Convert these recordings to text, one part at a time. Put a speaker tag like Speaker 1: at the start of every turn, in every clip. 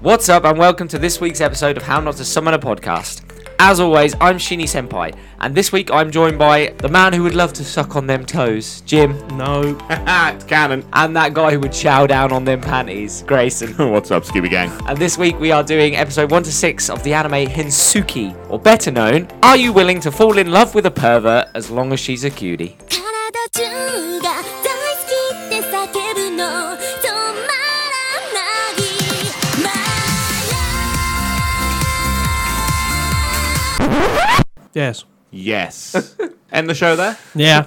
Speaker 1: What's up, and welcome to this week's episode of How Not to Summon a Podcast. As always, I'm Shinny Senpai, and this week I'm joined by the man who would love to suck on them toes, Jim,
Speaker 2: No.
Speaker 3: it's canon.
Speaker 1: and that guy who would chow down on them panties, Grayson.
Speaker 3: Oh, What's up, Scooby Gang?
Speaker 1: And this week we are doing episode 1 to 6 of the anime Hinsuki, or better known, Are You Willing to Fall in Love with a Pervert as Long as She's a Cutie?
Speaker 4: 体中が大好きって叫ぶの止まらないま
Speaker 2: Yes.
Speaker 3: Yes. End the show there.
Speaker 2: Yeah.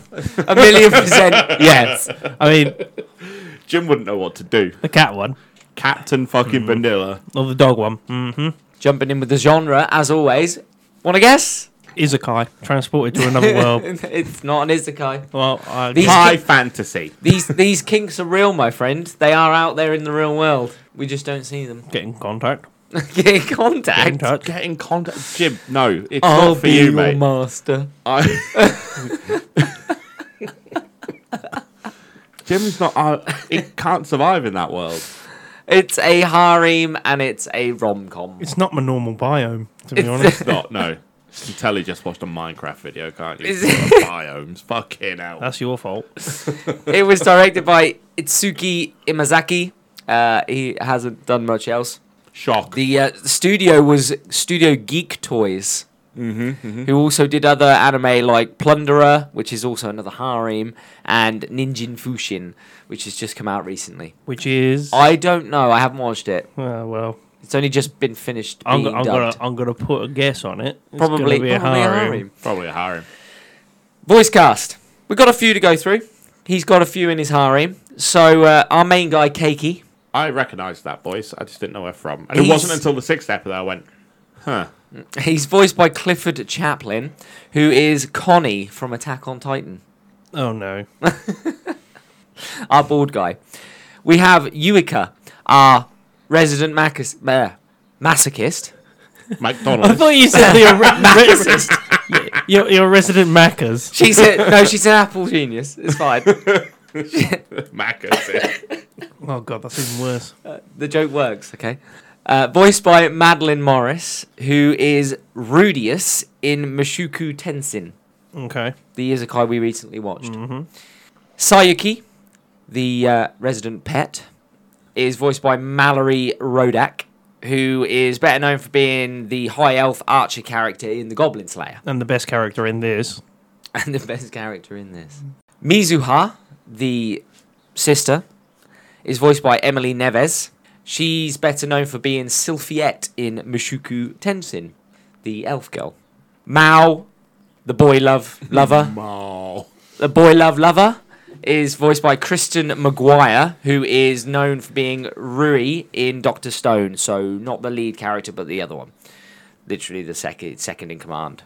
Speaker 1: A million percent yes.
Speaker 2: I mean,
Speaker 3: Jim wouldn't know what to do. Mm.
Speaker 2: the cat one
Speaker 3: Captain fucking Vanilla.
Speaker 2: or the dog one. Mm.
Speaker 1: Jumping in with the genre, as always. Want to guess?
Speaker 2: Izakai transported to another world.
Speaker 1: it's not an isekai.
Speaker 2: Well, I,
Speaker 1: These-
Speaker 3: High fantasy.
Speaker 1: These these kinks are real, my friend. They are out there in the real world. We just don't see them.
Speaker 2: get in contact.
Speaker 1: Get in
Speaker 2: Get in
Speaker 1: contact.
Speaker 2: touch.
Speaker 3: Get in contact, Jim. No, it's
Speaker 1: I'll
Speaker 3: not for
Speaker 1: be
Speaker 3: you,
Speaker 1: your
Speaker 3: mate.
Speaker 1: master.
Speaker 3: I- Jim's not. Uh, it can't survive in that world.
Speaker 1: It's a harem and it's a rom com.
Speaker 2: It's not my normal biome, to be
Speaker 1: It's-
Speaker 2: honest.
Speaker 3: It's not. No. You can tell he just watched a Minecraft video, can't you?
Speaker 1: Is
Speaker 3: Biomes. Fucking hell.
Speaker 2: That's your fault.
Speaker 1: It was directed by Itsuki Imazaki. Uh, he hasn't done much else.
Speaker 3: Shock.
Speaker 1: The uh, studio was Studio Geek Toys, mm-hmm, who also did other anime like Plunderer, which is also another harem, and Ninjin Fushin, which has just come out recently.
Speaker 2: Which is.
Speaker 1: I don't know. I haven't watched it.
Speaker 2: Uh, well,
Speaker 1: It's only just been finished
Speaker 2: I'm,
Speaker 1: being
Speaker 2: go- I'm gonna
Speaker 1: dubbed.
Speaker 2: I'm gonna put a guess on it. It's gonna
Speaker 1: probably,
Speaker 2: be a
Speaker 1: probably
Speaker 2: harem.
Speaker 1: harem.
Speaker 3: Probably a harem.
Speaker 1: Voice cast. We've got a few to go through. He's got a few in his harem. So uh, our main guy, Keiki.
Speaker 3: I recognised that voice. I just didn't know where from. And it
Speaker 1: He's-
Speaker 3: wasn't until the sixth episode I went, huh.
Speaker 1: He's voiced by Clifford Chaplin, who is Connie from Attack on Titan.
Speaker 2: Oh no.
Speaker 1: Our bald guy. We have Yuika, our resident macas- uh, masochist.
Speaker 2: I
Speaker 3: McDonald's.
Speaker 2: thought you said the re- re- your, your resident Maccas.
Speaker 1: She's a, no, she's an apple genius. It's fine.
Speaker 3: Maccas.
Speaker 2: Oh god, that's even worse.
Speaker 1: the joke works, okay? Uh, voiced by Madeline Morris, who is Rudius in Mushoku Tenshin,
Speaker 2: Okay.
Speaker 1: the isekai we recently watched. Sayuki, the uh, resident pet, is voiced by Mallory Rodak, who is better known for being the high elf archer character in The Goblin Slayer,
Speaker 2: And the best character in this.
Speaker 1: and the best character in this. Mizuha, the sister, is voiced by Emily Neves. She's better known for being Sylphiette in Mushoku Tenshin, the elf girl. Mao, the boy love lover,
Speaker 3: Oh.
Speaker 1: the boy love lover, is voiced by Kristen McGuire, who is known for being Rui in Doctor Stone. So not the lead character, but the other one, literally the second second in command.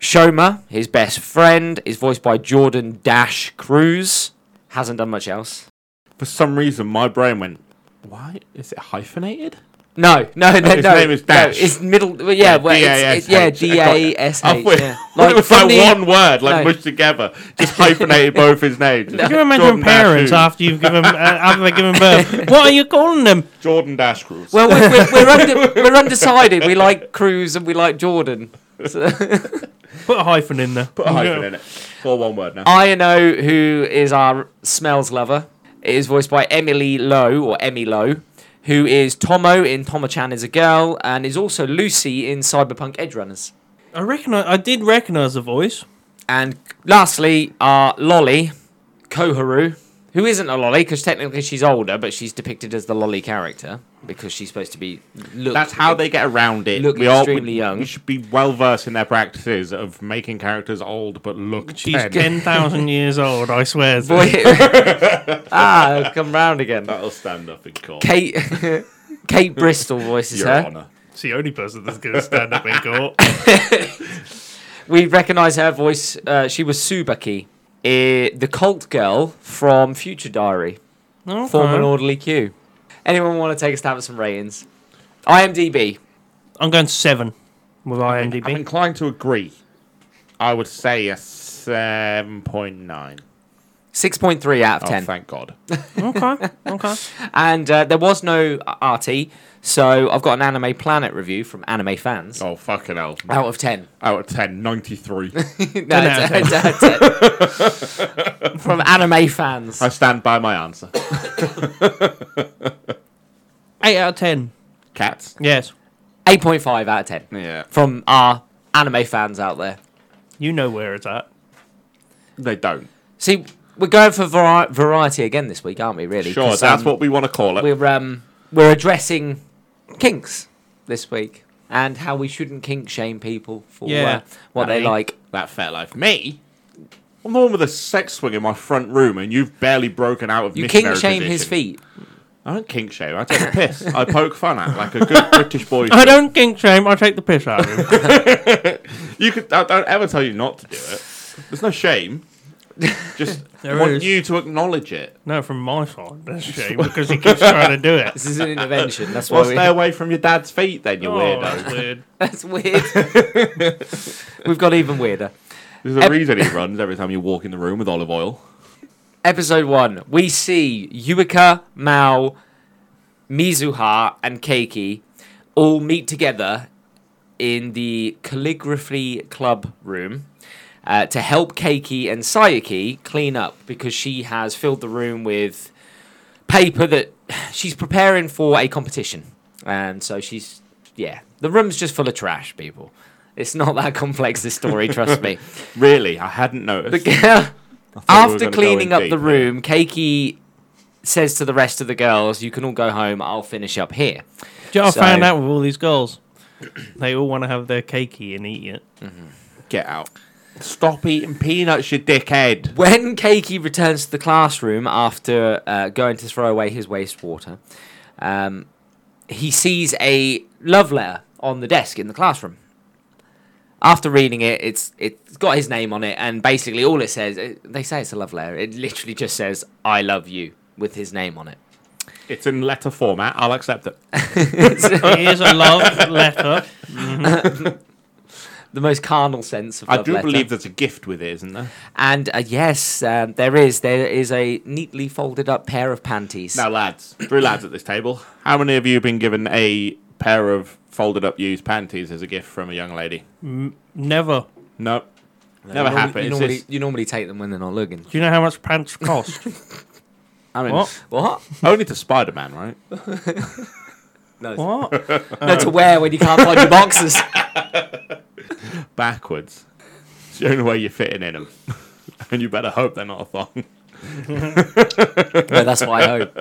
Speaker 1: Shoma, his best friend, is voiced by Jordan Dash Cruz. Hasn't done much else.
Speaker 3: For some reason, my brain went, why? Is it hyphenated?
Speaker 1: No, no, no,
Speaker 3: His
Speaker 1: no.
Speaker 3: name is Dash.
Speaker 1: No, it's middle. well, Yeah,
Speaker 3: Yeah,
Speaker 1: well, it's, it, yeah, D A S
Speaker 3: I
Speaker 1: H.
Speaker 3: thought
Speaker 1: yeah.
Speaker 3: it was
Speaker 1: from
Speaker 3: like
Speaker 1: the-
Speaker 3: one word, like
Speaker 1: No.
Speaker 3: mushed together. Just hyphenated both his names.
Speaker 2: Can you imagine
Speaker 3: Jordan Dash
Speaker 2: parents
Speaker 3: who?
Speaker 2: after you've given uh, after they've given birth? What are you calling them?
Speaker 3: Jordan Dash Cruz.
Speaker 1: Well, we're, we're, we're, under, we're undecided. We like Cruz and we like Jordan.
Speaker 2: Put a hyphen in there.
Speaker 3: Put a hyphen in it. It's all one word now.
Speaker 1: Ino, who is our smells lover, is voiced by Emily Lowe, or Emmy Lowe, who is Tomo in Tomo-chan is a Girl, and is also Lucy in Cyberpunk Edgerunners.
Speaker 2: I reckon I, I did recognise the voice.
Speaker 1: And lastly, our Lolly, Koharu, who isn't a Lolly because technically she's older, but she's depicted as the Lolly character because she's supposed to be. Look,
Speaker 3: That's how they get around it.
Speaker 1: Look
Speaker 3: all-
Speaker 1: extremely young.
Speaker 3: We should be well versed in their practices of making characters old but look
Speaker 2: She's
Speaker 3: 10.
Speaker 2: ten thousand years old. I swear.
Speaker 1: Boy, ah, I've come round again.
Speaker 3: That'll stand up in court.
Speaker 1: Kate, Kate Bristol voices
Speaker 3: Your
Speaker 1: her.
Speaker 3: Honour.
Speaker 2: It's the only person that's going to stand up in court.
Speaker 1: We recognise her voice. Uh, she was Subaki, eh, the cult girl from Future Diary, former Orderly Q. Anyone want to take a stab at some ratings? IMDb.
Speaker 2: I'm going seven with
Speaker 3: I'm
Speaker 2: IMDb.
Speaker 3: inclined to agree. I would say a 7.9.
Speaker 1: 6.3 out of
Speaker 3: Oh,
Speaker 1: 10.
Speaker 3: thank God.
Speaker 2: Okay. Okay.
Speaker 1: and uh, there was no uh, RT, so I've got an Anime Planet review from anime fans.
Speaker 3: Oh, fucking hell.
Speaker 1: Out of 10.
Speaker 3: Out of 10, 93.
Speaker 1: No, it's- it's out of 10. from anime fans.
Speaker 3: I stand by my answer.
Speaker 2: Eight out of ten.
Speaker 3: Cats.
Speaker 2: Yes.
Speaker 1: 8.5 out of 10.
Speaker 3: Yeah.
Speaker 1: From our anime fans out there.
Speaker 2: You know where it's at.
Speaker 3: They don't.
Speaker 1: See, we're going for vari- variety again this week, aren't we, really?
Speaker 3: Sure,
Speaker 1: 'Cause,
Speaker 3: that's
Speaker 1: um,
Speaker 3: what we want to call it.
Speaker 1: we're um we're addressing kinks this week and how we shouldn't kink shame people for
Speaker 2: Yeah.
Speaker 1: uh, what
Speaker 3: I
Speaker 1: they
Speaker 3: mean-
Speaker 1: like.
Speaker 3: That fair life. Me? I'm the one with a sex swing in my front room, and you've barely broken out of
Speaker 1: You kink
Speaker 3: missionary
Speaker 1: shame his
Speaker 3: position.
Speaker 1: feet.
Speaker 3: I don't kink shame. I take a piss. I poke fun at like a good British boy.
Speaker 2: I
Speaker 3: should.
Speaker 2: don't kink shame. I take the piss out of him.
Speaker 3: You could. I don't ever tell you not to do it. There's no shame. Just
Speaker 2: There
Speaker 3: want
Speaker 2: is.
Speaker 3: you to acknowledge it.
Speaker 2: no, from my side, that's shame because he keeps trying to do it.
Speaker 1: This is an intervention. That's why
Speaker 3: Well,
Speaker 1: we,
Speaker 3: stay away from your dad's feet, then you
Speaker 2: Oh,
Speaker 3: weirdo.
Speaker 2: that's weird.
Speaker 1: that's weird. We've got even weirder.
Speaker 3: There's a reason he runs every time you walk in the room with olive oil.
Speaker 1: Episode one. We see Yuika, Mao, Mizuha, and Keiki all meet together in the calligraphy club room uh, to help Keiki and Sayaki clean up because she has filled the room with paper that she's preparing for a competition. And so she's, yeah, the room's just full of trash, people. It's not that complex, this story, trust me.
Speaker 3: Really, I hadn't noticed.
Speaker 1: The girl,
Speaker 3: thought we were
Speaker 1: after
Speaker 3: gonna go
Speaker 1: cleaning
Speaker 3: in
Speaker 1: up
Speaker 3: deep
Speaker 1: the
Speaker 3: here.
Speaker 1: room, Keiki says to the rest of the girls, "You can all go home. I'll finish up here."
Speaker 2: Do you know what
Speaker 1: So-
Speaker 2: I found out with all these girls? They all want to have their cakey and eat it.
Speaker 3: Get out. Stop eating peanuts, you dickhead.
Speaker 1: When Keiki returns to the classroom after uh, going to throw away his wastewater, um, he sees a love letter on the desk in the classroom. After reading it, it's it's got his name on it, and basically all it says, it, they say it's a love letter. It literally just says "I love you" with his name on it.
Speaker 3: It's in letter format. I'll accept it.
Speaker 2: Here's a love letter.
Speaker 1: The most carnal sense of
Speaker 3: I
Speaker 1: love
Speaker 3: do
Speaker 1: letter.
Speaker 3: believe there's a gift with it, isn't there?
Speaker 1: And uh, yes, um, there is. There is a neatly folded up pair of panties.
Speaker 3: Now, lads, three lads at this table. How many of you have been given a pair of folded up used panties as a gift from a young lady?
Speaker 2: Never.
Speaker 3: No,
Speaker 1: you
Speaker 3: never
Speaker 1: normally-
Speaker 3: happened.
Speaker 1: You
Speaker 3: It's
Speaker 1: normally,
Speaker 3: just-
Speaker 1: you normally take them when they're not looking.
Speaker 2: Do you know how much pants cost?
Speaker 3: I mean,
Speaker 2: What?
Speaker 1: What?
Speaker 3: only to Spider Man, right?
Speaker 1: No,
Speaker 2: What?
Speaker 1: no to wear when you can't find your boxes.
Speaker 3: Backwards. It's the only way you're fitting in them. and you better hope they're not a thong.
Speaker 1: no, that's what I hope.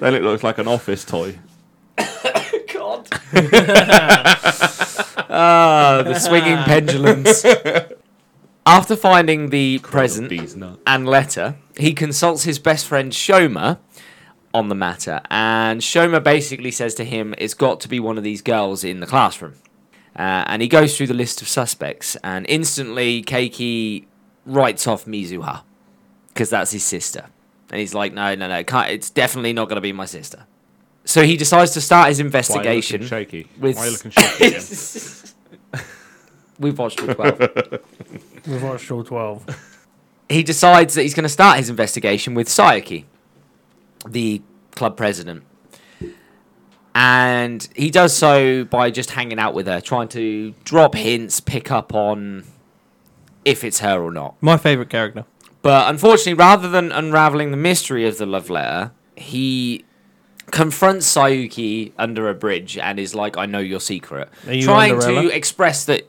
Speaker 3: then it looks like an office toy.
Speaker 1: God. Ah, the swinging pendulums. After finding the present
Speaker 3: These nuts.
Speaker 1: and letter, he consults his best friend Shoma on the matter, and Shoma basically says to him, "It's got to be one of these girls in the classroom." Uh, and he goes through the list of suspects, and instantly Keiki writes off Mizuha because that's his sister, and he's like, "No, no, no, it can't, it's definitely not going to be my sister." So he decides to start his
Speaker 3: Why are you
Speaker 1: investigation.
Speaker 3: looking shaky?
Speaker 1: with-
Speaker 3: Why are you looking shaky? again?
Speaker 1: We've watched all twelve.
Speaker 2: We've watched all 12.
Speaker 1: he decides that he's going to start his investigation with Sayaki, the club president. And he does so by just hanging out with her, trying to drop hints, pick up on if it's her or not.
Speaker 2: My favourite character.
Speaker 1: But unfortunately, rather than unraveling the mystery of the love letter, he confronts Sayuki under a bridge and is like, "I know your secret,"
Speaker 2: Are you
Speaker 1: trying
Speaker 2: Cinderella?
Speaker 1: to express that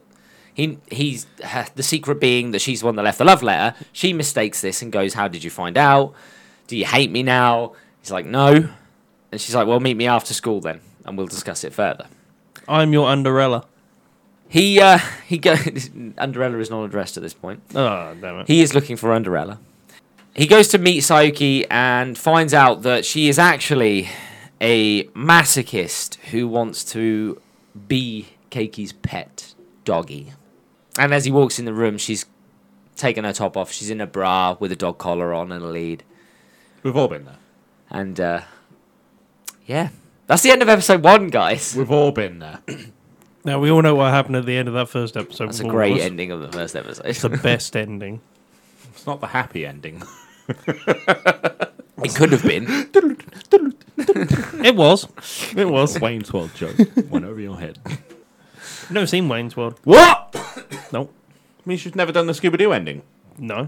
Speaker 1: he he's her- the secret being that she's the one that left the love letter. She mistakes this and goes, "How did you find out? Do you hate me now?" He's like, "No," and she's like, "Well, meet me after school then, and we'll discuss it further."
Speaker 2: I'm your Underella.
Speaker 1: He uh, he goes. Underella is not addressed at this point.
Speaker 2: Oh, damn it.
Speaker 1: He is looking for Underella. He goes to meet Sayuki and finds out that she is actually a masochist who wants to be Keiki's pet doggy. And as he walks in the room, she's taken her top off. She's in a bra with a dog collar on and a lead.
Speaker 3: We've all been there.
Speaker 1: And uh, yeah, that's the end of episode one, guys.
Speaker 3: We've all been there.
Speaker 2: Now, we all know what happened at the end of that first episode.
Speaker 1: That's a
Speaker 2: with all of
Speaker 1: great
Speaker 2: us.
Speaker 1: ending of the first episode.
Speaker 2: It's the best ending.
Speaker 3: It's not the happy ending.
Speaker 1: It could have been.
Speaker 2: It was. It was.
Speaker 3: Wayne's World joke went over your head.
Speaker 2: Never seen Wayne's World.
Speaker 3: What?
Speaker 2: Nope.
Speaker 3: Misha's never done the Scooby Doo ending.
Speaker 2: No.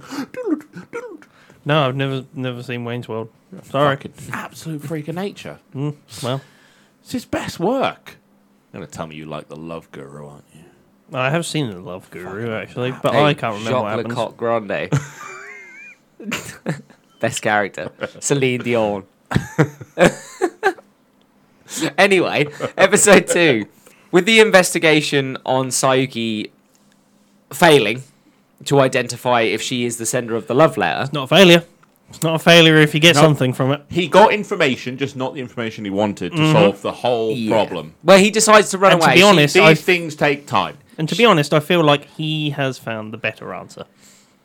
Speaker 2: No, I've never never seen Wayne's World. Sorry.
Speaker 3: Absolute freak of nature.
Speaker 2: Well,
Speaker 3: It's his best work. You're gonna tell me you like the Love Guru, aren't you?
Speaker 2: I have seen the Love Guru actually, but
Speaker 1: Hey,
Speaker 2: I can't remember what
Speaker 1: Jacques
Speaker 2: happens.
Speaker 1: Lecoq Grande. Best character. Celine Dion. anyway, episode two. With the investigation on Sayuki failing to identify if she is the sender of the love letter,
Speaker 2: Not a failure. It's not a failure if you get something from it.
Speaker 3: He got information, just not the information he wanted to solve the whole
Speaker 1: Mm-hmm. Yeah.
Speaker 3: problem.
Speaker 1: Well, he decides to run
Speaker 2: And to
Speaker 1: away.
Speaker 2: be
Speaker 1: She-
Speaker 2: honest-
Speaker 3: These
Speaker 2: Yes, I-
Speaker 3: things take time.
Speaker 2: And to be honest, I feel like he has found the better answer.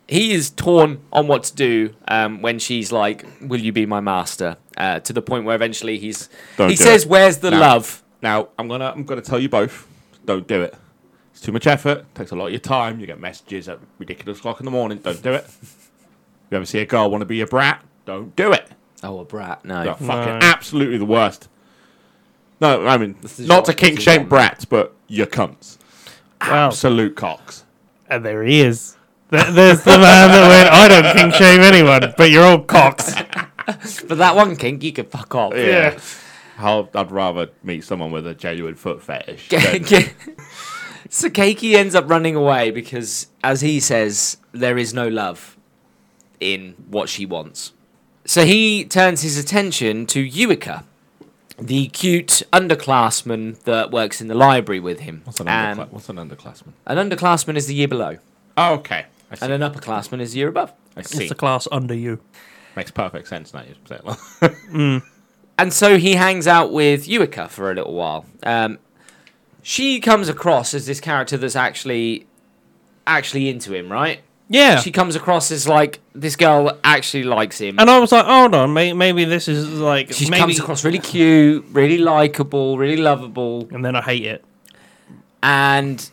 Speaker 1: he is torn on what to do um, when she's like, "Will you be my master?" Uh, to the point where eventually he's
Speaker 3: Don't
Speaker 1: he
Speaker 3: do
Speaker 1: says,
Speaker 3: it.
Speaker 1: "Where's the
Speaker 3: No.
Speaker 1: love?"
Speaker 3: Now I'm gonna I'm gonna tell you both. Don't do it. It's too much effort. Takes a lot of your time. You get messages at ridiculous o'clock in the morning. Don't do it. You ever see a girl want to be a brat? Don't do it.
Speaker 1: Oh, a brat. No.
Speaker 3: They're fucking
Speaker 2: No.
Speaker 3: absolutely the worst. No, I mean
Speaker 1: is Oh.
Speaker 3: not to
Speaker 1: what-
Speaker 3: kink
Speaker 1: this is
Speaker 3: shame
Speaker 1: what-
Speaker 3: brats, but you cunts.
Speaker 2: Wow.
Speaker 3: Absolute cocks.
Speaker 2: And there he is. There- There's the man that went, I don't think shame anyone, but you're all cocks.
Speaker 1: For that one kink, you could fuck off.
Speaker 3: Yeah. I'll, I'd rather meet someone with a genuine foot fetish. than-
Speaker 1: so Keiki ends up running away because, as he says, there is no love in what she wants. So he turns his attention to Yuika, the cute underclassman that works in the library with him.
Speaker 3: What's, an
Speaker 1: And
Speaker 3: undercla- what's an underclassman?
Speaker 1: an underclassman is the year below,
Speaker 3: Oh, okay. I see.
Speaker 1: and an upperclassman is the year above.
Speaker 3: I see.
Speaker 2: It's the class under you.
Speaker 3: Makes perfect sense now you say it like
Speaker 1: And so he hangs out with Yuika for a little while. Um, she comes across as this character that's actually actually into him, right?
Speaker 2: Yeah.
Speaker 1: She comes across as like this girl actually likes him.
Speaker 2: and I was like, hold on, may- maybe this is like.
Speaker 1: she
Speaker 2: maybe...
Speaker 1: comes across really cute, really likable, really lovable,
Speaker 2: And then I hate it.
Speaker 1: and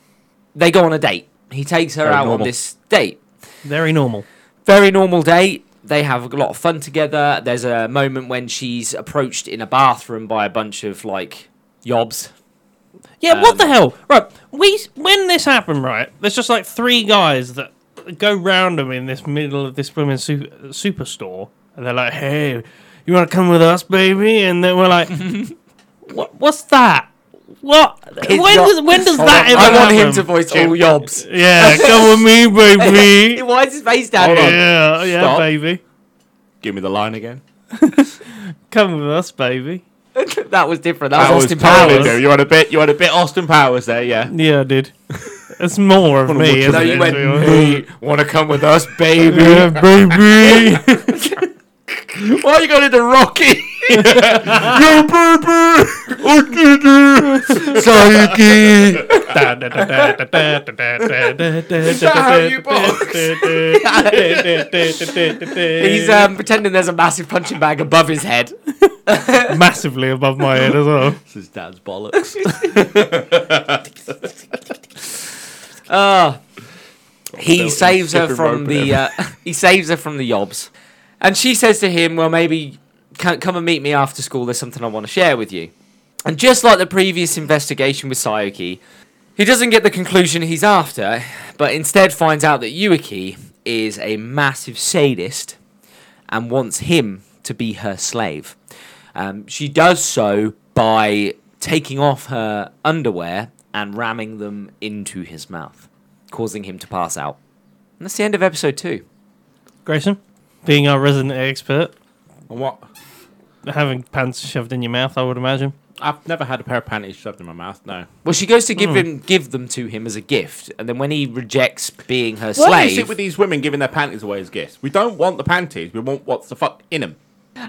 Speaker 1: they go on a date. He takes her
Speaker 3: Very
Speaker 1: out on
Speaker 3: normal.
Speaker 1: this date.
Speaker 2: Very normal.
Speaker 1: Very normal date. They have a lot of fun together. There's a moment when she's approached in a bathroom by a bunch of like yobs.
Speaker 2: Yeah,
Speaker 1: Um,
Speaker 2: what the hell? Right, we when this happened, right? There's just like three guys that go round them in this middle of this women's su- superstore, and they're like, "Hey, you want to come with us, baby?" And then we're like, "What? What's that? What?
Speaker 1: It's
Speaker 2: when,
Speaker 1: not-
Speaker 2: does, when does
Speaker 1: Hold
Speaker 2: that
Speaker 1: on,
Speaker 2: ever
Speaker 1: I want him to
Speaker 2: happen?
Speaker 1: voice all yobs.
Speaker 2: Yeah, come with me, baby.
Speaker 1: Why is his face down?
Speaker 3: Hold on.
Speaker 1: here?
Speaker 2: yeah, yeah,
Speaker 3: Stop.
Speaker 2: baby.
Speaker 3: Give me the line again.
Speaker 2: Come with us, baby.
Speaker 1: that was different. That, was Austin
Speaker 3: totally
Speaker 1: Powers.
Speaker 3: different. You had a bit. You had a bit Austin Powers there. Yeah.
Speaker 2: Yeah, I did. It's more of me.
Speaker 1: No,
Speaker 2: isn't
Speaker 1: you
Speaker 2: it,
Speaker 1: went.
Speaker 2: to be honest?
Speaker 1: Hey, want to come with us, baby?
Speaker 2: yeah, baby.
Speaker 3: Why are you going into Rocky?
Speaker 1: He's
Speaker 2: He's
Speaker 1: um, pretending there's a massive punching bag above his head.
Speaker 2: massively above my head as well.
Speaker 3: this is Dad's bollocks.
Speaker 1: Ah, he
Speaker 3: built-in
Speaker 1: saves her
Speaker 3: skipping
Speaker 1: from
Speaker 3: rope
Speaker 1: the. Uh, he saves her from the yobs, and she says to him, "Well, maybe can come and meet me after school. There's something I want to share with you." And just like the previous investigation with Sayuki, he doesn't get the conclusion he's after, but instead finds out that Yuiki is a massive sadist and wants him to be her slave. Um, she does so by taking off her underwear and ramming them into his mouth, causing him to pass out. And that's the end of episode two.
Speaker 2: Grayson, being our resident expert,
Speaker 3: what?
Speaker 2: having pants shoved in your mouth, I would imagine.
Speaker 3: I've never had a pair of panties shoved in my mouth. No.
Speaker 1: Well, she goes to give
Speaker 3: Hmm.
Speaker 1: him give them to him as a gift, and then when he rejects being her
Speaker 3: What
Speaker 1: slave,
Speaker 3: is it with these women giving their panties away as gifts? We don't want the panties. We want what's the fuck in them.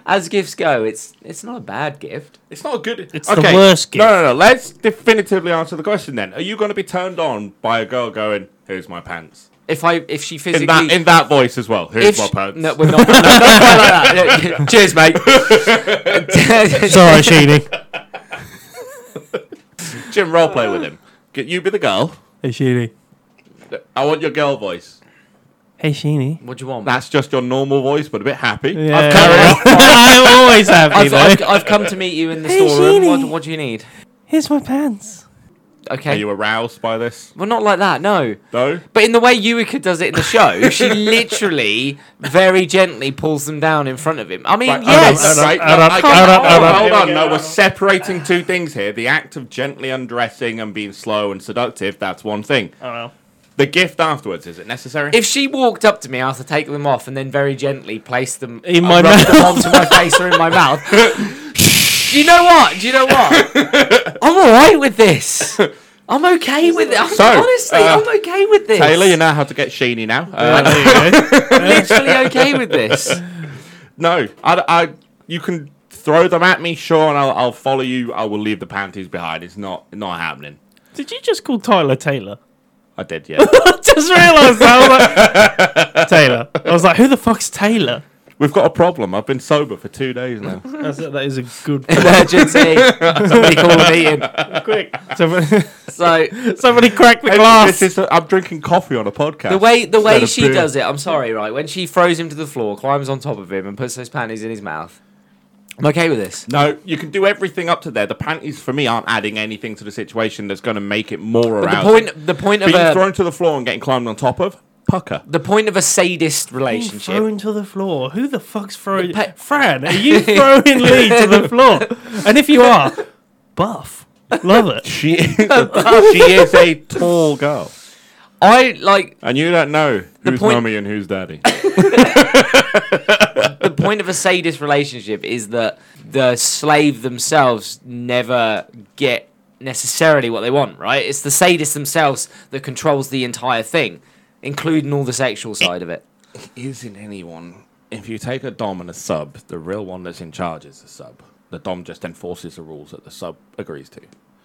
Speaker 1: as gifts go, it's it's not a bad gift.
Speaker 3: It's not a good.
Speaker 2: It's the worst
Speaker 3: No, no, no. Let's definitively answer the question then. Are you going to be turned on by a girl going, "Here's my pants"?
Speaker 1: If I if she physically
Speaker 3: In that in that voice as well.
Speaker 1: if
Speaker 3: Here's my
Speaker 1: she-
Speaker 3: pants.
Speaker 1: no, we're not. no, no, no, no, no, no. Cheers, mate.
Speaker 2: Sorry, Sheedy.
Speaker 3: Jim, role play
Speaker 2: Uh.
Speaker 3: with him. Get you be the girl.
Speaker 2: Hey, Sheedy.
Speaker 3: I want your girl voice.
Speaker 2: Hey, Sheeny.
Speaker 1: What do you want?
Speaker 3: That's just your normal voice, but a bit happy.
Speaker 2: Yeah.
Speaker 1: come-
Speaker 2: I'm always happy
Speaker 1: I've,
Speaker 2: though.
Speaker 1: I've, I've come to meet you in the
Speaker 2: Hey,
Speaker 1: storeroom. What,
Speaker 2: Sheenie.
Speaker 1: what do you need?
Speaker 2: Here's my pants.
Speaker 1: Okay.
Speaker 3: Are you aroused by this?
Speaker 1: well, not like that, no.
Speaker 3: No.
Speaker 1: But in the way Yuika does it in the show, she literally very gently pulls them down in front of him. I mean,
Speaker 3: Right,
Speaker 1: yes.
Speaker 2: hold
Speaker 3: right,
Speaker 2: Hold on,
Speaker 3: I-
Speaker 2: hold
Speaker 3: hold
Speaker 2: on,
Speaker 3: on,
Speaker 2: hold on.
Speaker 3: hold
Speaker 2: Here
Speaker 3: on.
Speaker 2: we go,
Speaker 3: No,
Speaker 2: hold
Speaker 3: we're
Speaker 2: on.
Speaker 3: separating two things here. The act of gently undressing and being slow and seductive, that's one thing.
Speaker 2: Oh, well.
Speaker 3: The gift afterwards, is it necessary?
Speaker 1: If she walked up to me after taking them off and then very gently placed them
Speaker 2: In
Speaker 1: uh,
Speaker 2: my
Speaker 1: rubbed
Speaker 2: mouth.
Speaker 1: them onto my face or in my mouth, do you know what? Do you know what? I'm all right with this. I'm okay with it. I'm,
Speaker 3: So,
Speaker 1: honestly,
Speaker 3: uh,
Speaker 1: I'm okay with this.
Speaker 3: Taylor, you know how to get sheeny now. Uh,
Speaker 2: There you go.
Speaker 1: I'm literally okay with this.
Speaker 3: No, I, I, you can throw them at me, sure, and I'll, I'll follow you. I will leave the panties behind. It's not not happening.
Speaker 2: Did you just call Tyler Taylor?
Speaker 3: I did, yeah.
Speaker 2: I just realised that. I was like, Taylor. I was like, who the fuck's Taylor?
Speaker 3: We've got a problem. I've been sober for two days now.
Speaker 2: That's, that is a good.
Speaker 1: Emergency. Somebody call a meeting.
Speaker 2: quick, somebody,
Speaker 1: So
Speaker 2: somebody crack the glass.
Speaker 3: This is, I'm drinking coffee on a podcast.
Speaker 1: the way the
Speaker 3: Instead
Speaker 1: way
Speaker 3: of
Speaker 1: she
Speaker 3: beer.
Speaker 1: does it, I'm sorry, right? When she throws him to the floor, climbs on top of him, and puts those panties in his mouth, I'm okay with this.
Speaker 3: No, you can do everything up to there. The panties for me aren't adding anything to the situation that's going to make it more
Speaker 1: But the
Speaker 3: arousing.
Speaker 1: point the point of
Speaker 3: being
Speaker 1: a
Speaker 3: thrown to the floor and getting climbed on top of pucker.
Speaker 1: the point of a sadist
Speaker 2: Being
Speaker 1: relationship.
Speaker 2: thrown to the floor. Who the fuck's throwing?
Speaker 1: pa-
Speaker 2: Fran, are you throwing Lee to the floor? And if you are, buff. Love it.
Speaker 3: She is a, she is a tall girl,
Speaker 1: I like
Speaker 3: and you don't know who's
Speaker 1: point-
Speaker 3: mommy and who's daddy.
Speaker 1: the point of a sadist relationship is that the slave themselves never get necessarily what they want, right? It's the sadist themselves that controls the entire thing, including all the sexual side of it.
Speaker 3: Isn't anyone? If you take a dom and a sub, the real one that's in charge is the sub. The dom just enforces the rules that the sub agrees to.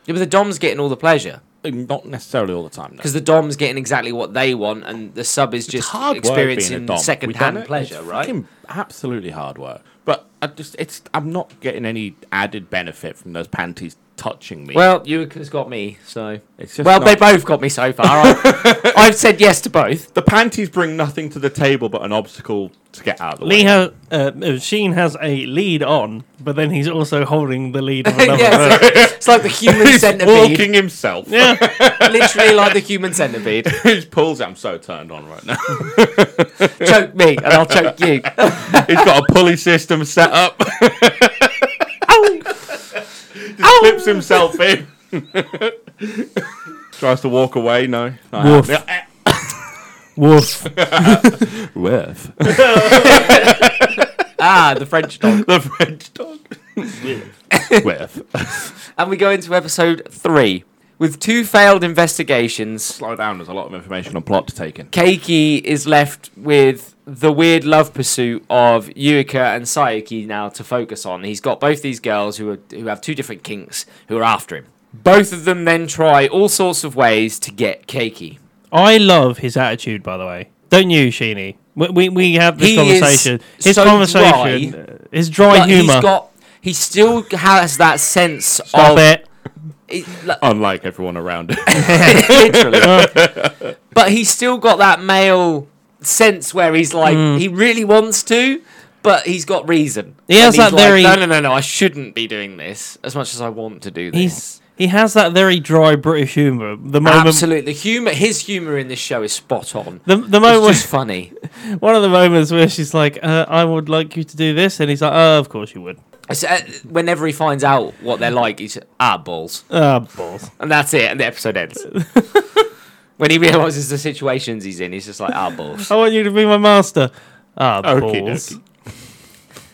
Speaker 1: Yeah, but the dom's getting all the pleasure.
Speaker 3: Not necessarily all the time, though.
Speaker 1: because the dom's getting exactly what they want, and the sub is just experiencing second-hand pleasure, right?
Speaker 3: absolutely hard work. But I just, it's, I'm not getting any added benefit from those panties touching me.
Speaker 1: Well, Yuika's got me, so
Speaker 3: it's just
Speaker 1: well
Speaker 3: not-
Speaker 1: they both got me so far. I, I've said yes to both.
Speaker 3: the panties bring nothing to the table but an obstacle to get out of the way.
Speaker 2: Lee has, uh, no, Sheen has a lead on, but then he's also holding the lead of another.
Speaker 1: yeah, it's, it's like the human
Speaker 3: He's
Speaker 1: centipede,
Speaker 3: walking himself.
Speaker 2: yeah.
Speaker 1: literally like the human centipede.
Speaker 3: he just pulls it. I'm so turned on right now.
Speaker 1: choke me, and I'll choke you.
Speaker 3: He's got a pulley system set up. just clips himself in. Tries to walk away. No. Not
Speaker 2: Woof.
Speaker 3: happening.
Speaker 2: Woof.
Speaker 3: Woof.
Speaker 1: ah, the French dog.
Speaker 3: The French dog. Woof.
Speaker 1: And we go into episode three with two failed investigations.
Speaker 3: Slow down. There's a lot of information on plot to take in.
Speaker 1: Keiki is left with the weird love pursuit of Yuika and Sayuki now to focus on. He's got both these girls who are, who have two different kinks who are after him. Both of them then try all sorts of ways to get Keiki.
Speaker 2: I love his attitude, by the way. Don't you, Sheeny? We, we, we have this
Speaker 1: He is
Speaker 2: conversation. His
Speaker 1: so
Speaker 2: conversation,
Speaker 1: dry,
Speaker 2: uh, his dry
Speaker 1: But
Speaker 2: humor.
Speaker 1: he's got he still has that sense of
Speaker 2: Stop it.
Speaker 1: it- like,
Speaker 3: Unlike everyone around it.
Speaker 1: literally. but he's still got that male sense where he's like he really wants to, but he's got reason.
Speaker 2: Hmm. He has
Speaker 1: And he's
Speaker 2: that very-
Speaker 1: No, no, no, no. I shouldn't be doing this as much as I want to do this.
Speaker 2: He's he has that very dry British humor. The moment,
Speaker 1: Absolutely, the humor. His humor in this show is spot on.
Speaker 2: the, the
Speaker 1: It's
Speaker 2: moment,
Speaker 1: just funny.
Speaker 2: one of the moments where she's like, uh, "I would like you to do this," and he's like, "Oh, of course you would."
Speaker 1: It's, uh, whenever he finds out what they're like, he's ah balls,
Speaker 2: Ah, balls.
Speaker 1: and that's it. And the episode ends. when he realizes the situations he's in, he's just like ah balls.
Speaker 2: I want you to be my master. Ah,
Speaker 3: Okey
Speaker 2: balls.
Speaker 3: dokey.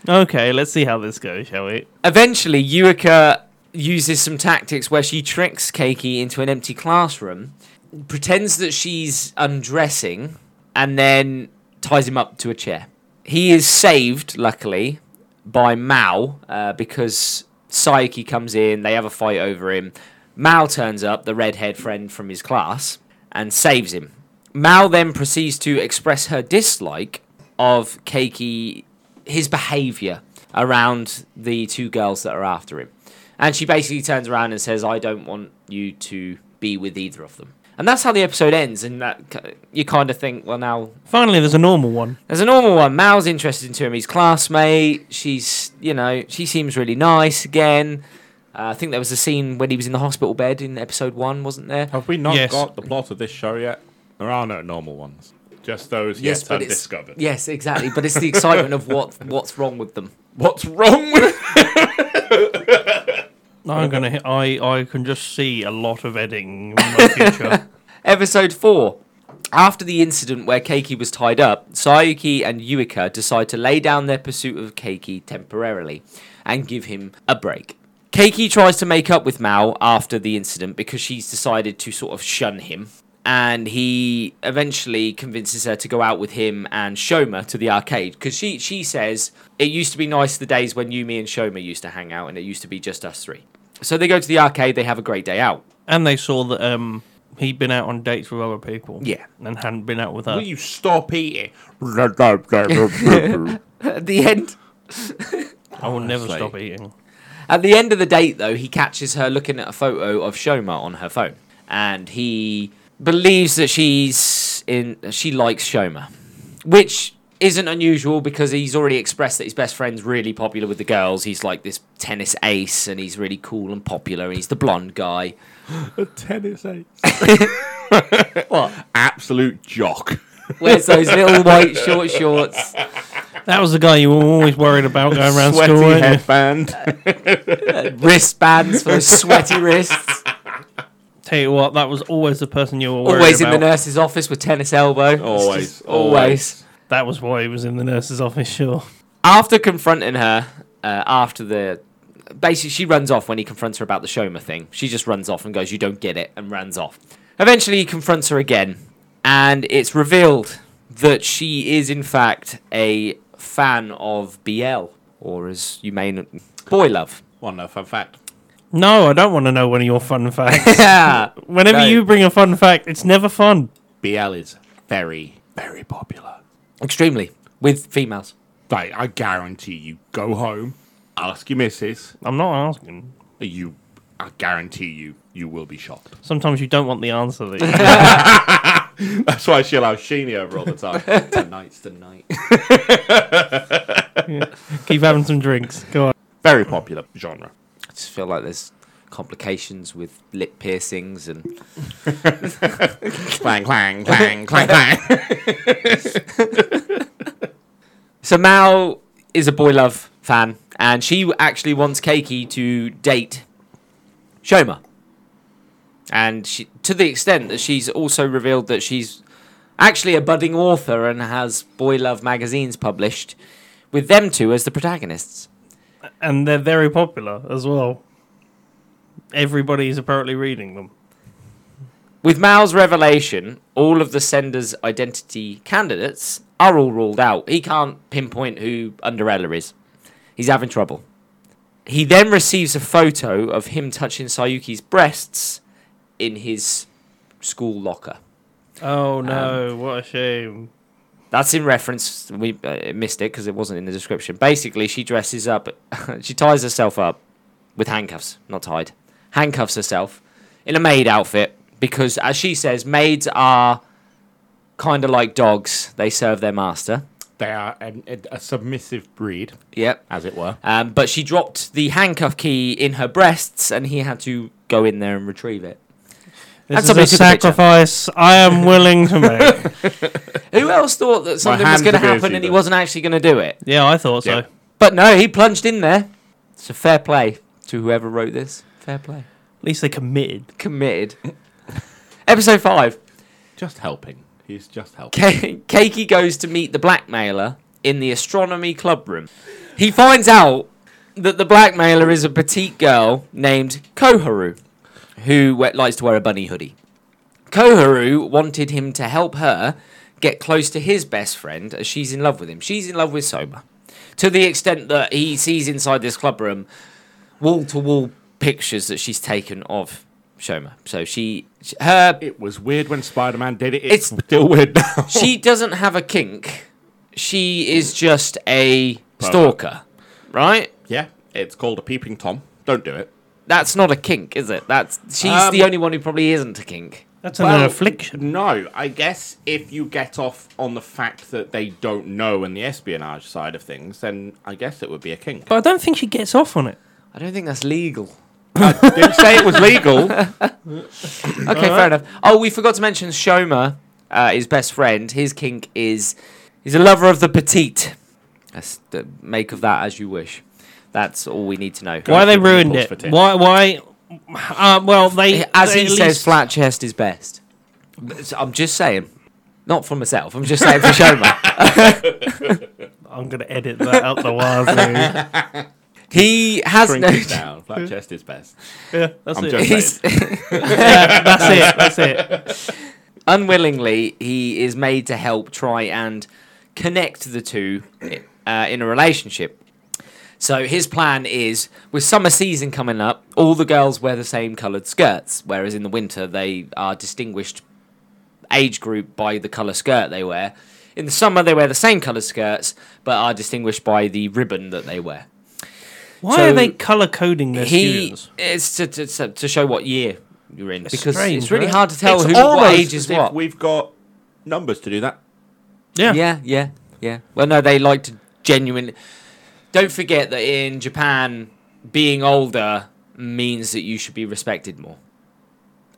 Speaker 2: Okay, let's see how this goes, shall we?
Speaker 1: Eventually, Yuika uses some tactics where she tricks Keiki into an empty classroom, pretends that she's undressing, and then ties him up to a chair. He is saved, luckily, by Mao uh, because Saiki comes in, they have a fight over him. Mao turns up, the redhead friend from his class, and saves him. Mao then proceeds to express her dislike of Keiki, his behavior around the two girls that are after him. And she basically turns around and says, I don't want you to be with either of them. And that's how the episode ends. And that k- you kind of think, well, now
Speaker 2: Finally, there's a normal one.
Speaker 1: there's a normal one. Mal's interested in Tumi's classmate. She's, you know, she seems really nice again. Uh, I think there was a scene when he was in the hospital bed in episode one, wasn't there?
Speaker 2: Oh,
Speaker 3: Have we not
Speaker 2: Yes.
Speaker 3: got the plot of this show yet? There are no normal ones. Just those yet
Speaker 1: but it's-
Speaker 3: undiscovered.
Speaker 1: Yes, exactly. But it's the excitement of what what's wrong with them.
Speaker 3: What's wrong with
Speaker 2: I'm gonna. hit- I I can just see a lot of editing in my future.
Speaker 1: Episode 4. After the incident where Keiki was tied up, Sayuki and Yuika decide to lay down their pursuit of Keiki temporarily and give him a break. Keiki tries to make up with Mao after the incident because she's decided to sort of shun him. And he eventually convinces her to go out with him and Shoma to the arcade because she, she says it used to be nice the days when Yumi and Shoma used to hang out and it used to be just us three. So they go to the arcade, they have a great day out.
Speaker 2: and they saw that um he'd been out on dates with other people.
Speaker 1: Yeah.
Speaker 2: and hadn't been out with her.
Speaker 3: Will you stop eating? Honestly.
Speaker 1: At the end,
Speaker 2: I will never stop eating.
Speaker 1: At the end of the date, though, he catches her looking at a photo of Shoma on her phone, and he believes that she's in. She likes Shoma, which isn't unusual because he's already expressed that his best friend's really popular with the girls. He's like this tennis ace, and he's really cool and popular, and he's the blonde guy.
Speaker 3: tennis ace. what? Absolute jock.
Speaker 1: Wears those little white short shorts.
Speaker 2: That was the guy you were always worried about going around
Speaker 3: Sweaty
Speaker 2: school. weren't you?
Speaker 3: headband.
Speaker 1: wristbands for those sweaty wrists.
Speaker 2: Tell you what, that was always the person you were worried
Speaker 1: Always in
Speaker 2: about.
Speaker 1: the nurse's office with tennis elbow. It's
Speaker 3: Always,
Speaker 1: just
Speaker 3: always.
Speaker 2: That was why he was in the nurse's office. Sure.
Speaker 1: after confronting her, uh, after the basically she runs off when he confronts her about the Shoma thing. She just runs off and goes, "You don't get it," and runs off. Eventually, he confronts her again, and it's revealed that she is in fact a fan of BL, or as you may know, boy love.
Speaker 3: One no fun fact.
Speaker 2: No, I don't want to know one of your fun facts.
Speaker 1: Yeah.
Speaker 2: Whenever
Speaker 1: No.
Speaker 2: you bring a fun fact, it's never fun.
Speaker 3: BL is very, very popular.
Speaker 1: Extremely with females.
Speaker 3: Like, I guarantee you, go home, ask your missus.
Speaker 2: I'm not asking.
Speaker 3: You, I guarantee you, you will be shocked.
Speaker 2: Sometimes you don't want the answer. That you
Speaker 3: That's why she allows Sheeny over all the time. Tonight's the night.
Speaker 2: keep having some drinks. Go on.
Speaker 3: Very popular genre.
Speaker 1: I just feel like there's complications with lip piercings and
Speaker 3: Clang, clang, clang, clang, clang.
Speaker 1: So Mao is a boy love fan, and she actually wants Keiki to date Shoma. And she, to the extent that she's also revealed that she's actually a budding author and has boy love magazines published, with them two as the protagonists.
Speaker 2: And they're very popular as well. Everybody's apparently reading them.
Speaker 1: With Mao's revelation, all of the sender's identity candidates are all ruled out. He can't pinpoint who Underella is. He's having trouble. He then receives a photo of him touching Sayuki's breasts in his school locker.
Speaker 2: Oh no! what a shame.
Speaker 1: That's in reference. We uh, missed it because it wasn't in the description. Basically, she dresses up. she ties herself up with handcuffs, not tied. Handcuffs herself in a maid outfit because, as she says, maids are kind of like dogs. They serve their master.
Speaker 3: They are an, a submissive breed,
Speaker 1: Yep.
Speaker 3: as it were.
Speaker 1: Um, but she dropped the handcuff key in her breasts, and he had to go in there and retrieve it. And
Speaker 2: This
Speaker 1: somebody
Speaker 2: is a
Speaker 1: took a picture.
Speaker 2: sacrifice I am willing to make.
Speaker 1: Who else thought that something was
Speaker 3: hands
Speaker 1: going to
Speaker 3: are busy,
Speaker 1: happen and he
Speaker 3: though.
Speaker 1: wasn't actually going to do it?
Speaker 2: yeah, I thought so.
Speaker 3: Yeah.
Speaker 1: But no, he plunged in there. So fair play to whoever wrote this. Fair play.
Speaker 2: At least they committed.
Speaker 1: committed. Episode 5.
Speaker 3: Just helping. He's just helping.
Speaker 1: Ke- Keiki goes to meet the blackmailer in the astronomy club room. He finds out that the blackmailer is a petite girl named Koharu, who we- likes to wear a bunny hoodie. Koharu wanted him to help her get close to his best friend as she's in love with him. She's in love with Soma. To the extent that he sees inside this club room wall to wall pictures that she's taken of Shoma. So she, her
Speaker 3: It was weird when Spider Man did it.
Speaker 1: It's-
Speaker 3: It's, still weird now.
Speaker 1: she doesn't have a kink. She is just a stalker, right?
Speaker 3: yeah, it's called a peeping Tom. Don't do it.
Speaker 1: That's not a kink, is it? That's she's
Speaker 3: Um,
Speaker 1: the only one who probably isn't a kink.
Speaker 2: That's an affliction.
Speaker 3: No, I guess if you get off on the fact that they don't know and the espionage side of things, then I guess it would be a kink.
Speaker 2: But I don't think she gets off on it.
Speaker 1: I don't think that's legal.
Speaker 3: I didn't say it was legal.
Speaker 1: Okay, fair enough. Oh, we forgot to mention Shoma, uh, his best friend. His kink is he's a lover of the petite. That's the, make of that as you wish. That's all we need to know.
Speaker 2: Why they
Speaker 3: for the
Speaker 2: ruined
Speaker 3: nipples
Speaker 2: it?
Speaker 3: for tit.
Speaker 2: Why? Why? Uh, well, they
Speaker 1: As
Speaker 2: they
Speaker 1: he
Speaker 2: at
Speaker 1: says,
Speaker 2: least-
Speaker 1: flat chest is best. But I'm just saying, not for myself. I'm just saying for Shoma.
Speaker 2: I'm gonna edit that out the wazoo.
Speaker 1: He has
Speaker 3: Shrink
Speaker 1: no.
Speaker 3: it down. Flat chest is best.
Speaker 2: yeah, that's
Speaker 3: I'm
Speaker 2: it.
Speaker 3: just-
Speaker 1: He's
Speaker 2: That's it. That's it.
Speaker 1: unwillingly he is made to help try and connect the two uh, in a relationship. So his plan is with summer season coming up, all the girls wear the same coloured skirts, whereas in the winter they are distinguished age group by the colour skirt they wear. In the summer they wear the same coloured skirts, but are distinguished by the ribbon that they wear.
Speaker 2: Why
Speaker 1: So
Speaker 2: are they color coding their
Speaker 1: He
Speaker 2: students?
Speaker 1: it's to, to, to- to show what year you're in because
Speaker 2: strange,
Speaker 1: it's really
Speaker 2: right?
Speaker 1: hard to tell
Speaker 3: it's
Speaker 1: who
Speaker 3: almost
Speaker 1: what age
Speaker 3: as
Speaker 1: is
Speaker 3: if
Speaker 1: what.
Speaker 3: We've got numbers to do that.
Speaker 2: Yeah.
Speaker 1: Yeah, yeah, yeah. Well, no, they like to genuinely. Don't forget that in Japan, being older means that you should be respected more,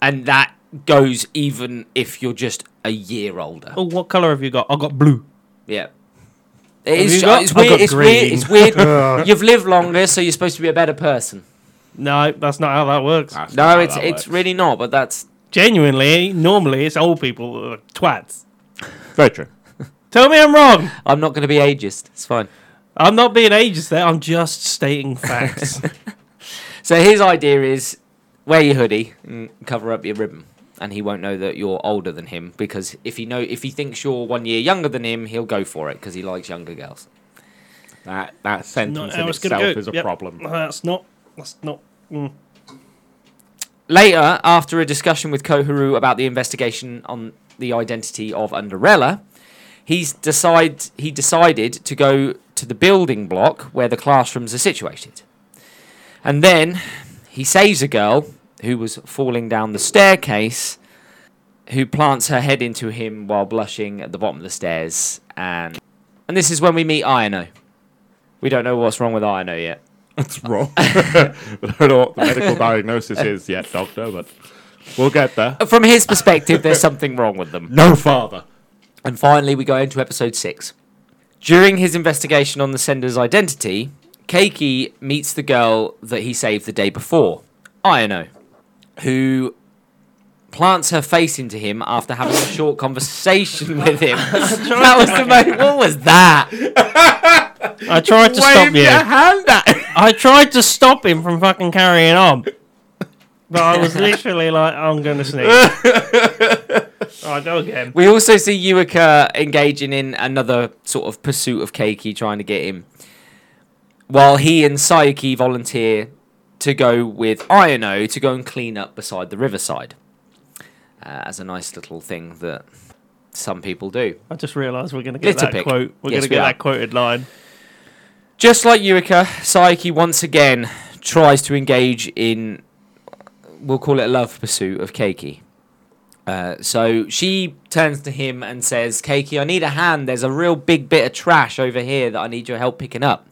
Speaker 1: and that goes even if you're just a year older.
Speaker 2: Oh, what color have you got? I got blue.
Speaker 1: Yeah. It is,
Speaker 2: you got-
Speaker 1: it's,
Speaker 2: I've
Speaker 1: weird,
Speaker 2: got
Speaker 1: it's weird.
Speaker 2: green.
Speaker 1: It's weird. You've lived longer, so you're supposed to be a better person.
Speaker 2: No, that's not how that works.
Speaker 3: That's not
Speaker 1: No,
Speaker 3: how
Speaker 1: it's
Speaker 3: that
Speaker 1: it's
Speaker 3: works.
Speaker 1: really not. But that's
Speaker 2: Genuinely, normally it's old people that are twats.
Speaker 3: very true.
Speaker 2: Tell me I'm wrong.
Speaker 1: I'm not going to be ageist. It's fine.
Speaker 2: I'm not being ageist there. I'm just stating facts.
Speaker 1: So his idea is wear your hoodie and cover up your ribbon, and he won't know that you're older than him because if he know if he thinks you're one year younger than him, he'll go for it because he likes younger girls.
Speaker 3: That that sentence
Speaker 2: how
Speaker 3: in
Speaker 2: it's gonna
Speaker 3: itself
Speaker 2: go.
Speaker 3: is a
Speaker 2: Yep.
Speaker 3: problem.
Speaker 2: that's not. That's not. mm.
Speaker 1: Later, after a discussion with Koharu about the investigation on the identity of Underella, he's decide he decided to go to the building block where the classrooms are situated. And then he saves a girl who was falling down the staircase who plants her head into him while blushing at the bottom of the stairs and and this is when we meet Ayano. We don't know what's wrong with Ayano yet.
Speaker 3: That's wrong. I don't know what the medical diagnosis is yet, doctor, but we'll get there.
Speaker 1: From his perspective, there's something wrong with them.
Speaker 3: No father.
Speaker 1: And finally, we go into episode six. During his investigation on the sender's identity, Keiki meets the girl that he saved the day before, Ayano, who plants her face into him after having a short conversation with him. that was the moment. What was that?
Speaker 2: I tried to stop you.
Speaker 1: hand at
Speaker 2: I tried to stop him from fucking carrying on. But I was literally like, I'm gonna sneak. Alright, go again.
Speaker 1: We also see Yuika engaging in another sort of pursuit of Keiki, trying to get him, while he and Sayuki volunteer to go with Ayano to go and clean up beside the riverside. Uh, as a nice little thing that some people do.
Speaker 2: I just realised we're gonna get
Speaker 1: Litter
Speaker 2: that
Speaker 1: pick.
Speaker 2: quote. We're
Speaker 1: Yes,
Speaker 2: gonna
Speaker 1: we
Speaker 2: get
Speaker 1: are.
Speaker 2: that quoted line.
Speaker 1: Just like Yuika, Saiki once again tries to engage in, we'll call it a love pursuit of Keiki. Uh, so she turns to him and says, Keiki, I need a hand. There's a real big bit of trash over here that I need your help picking up.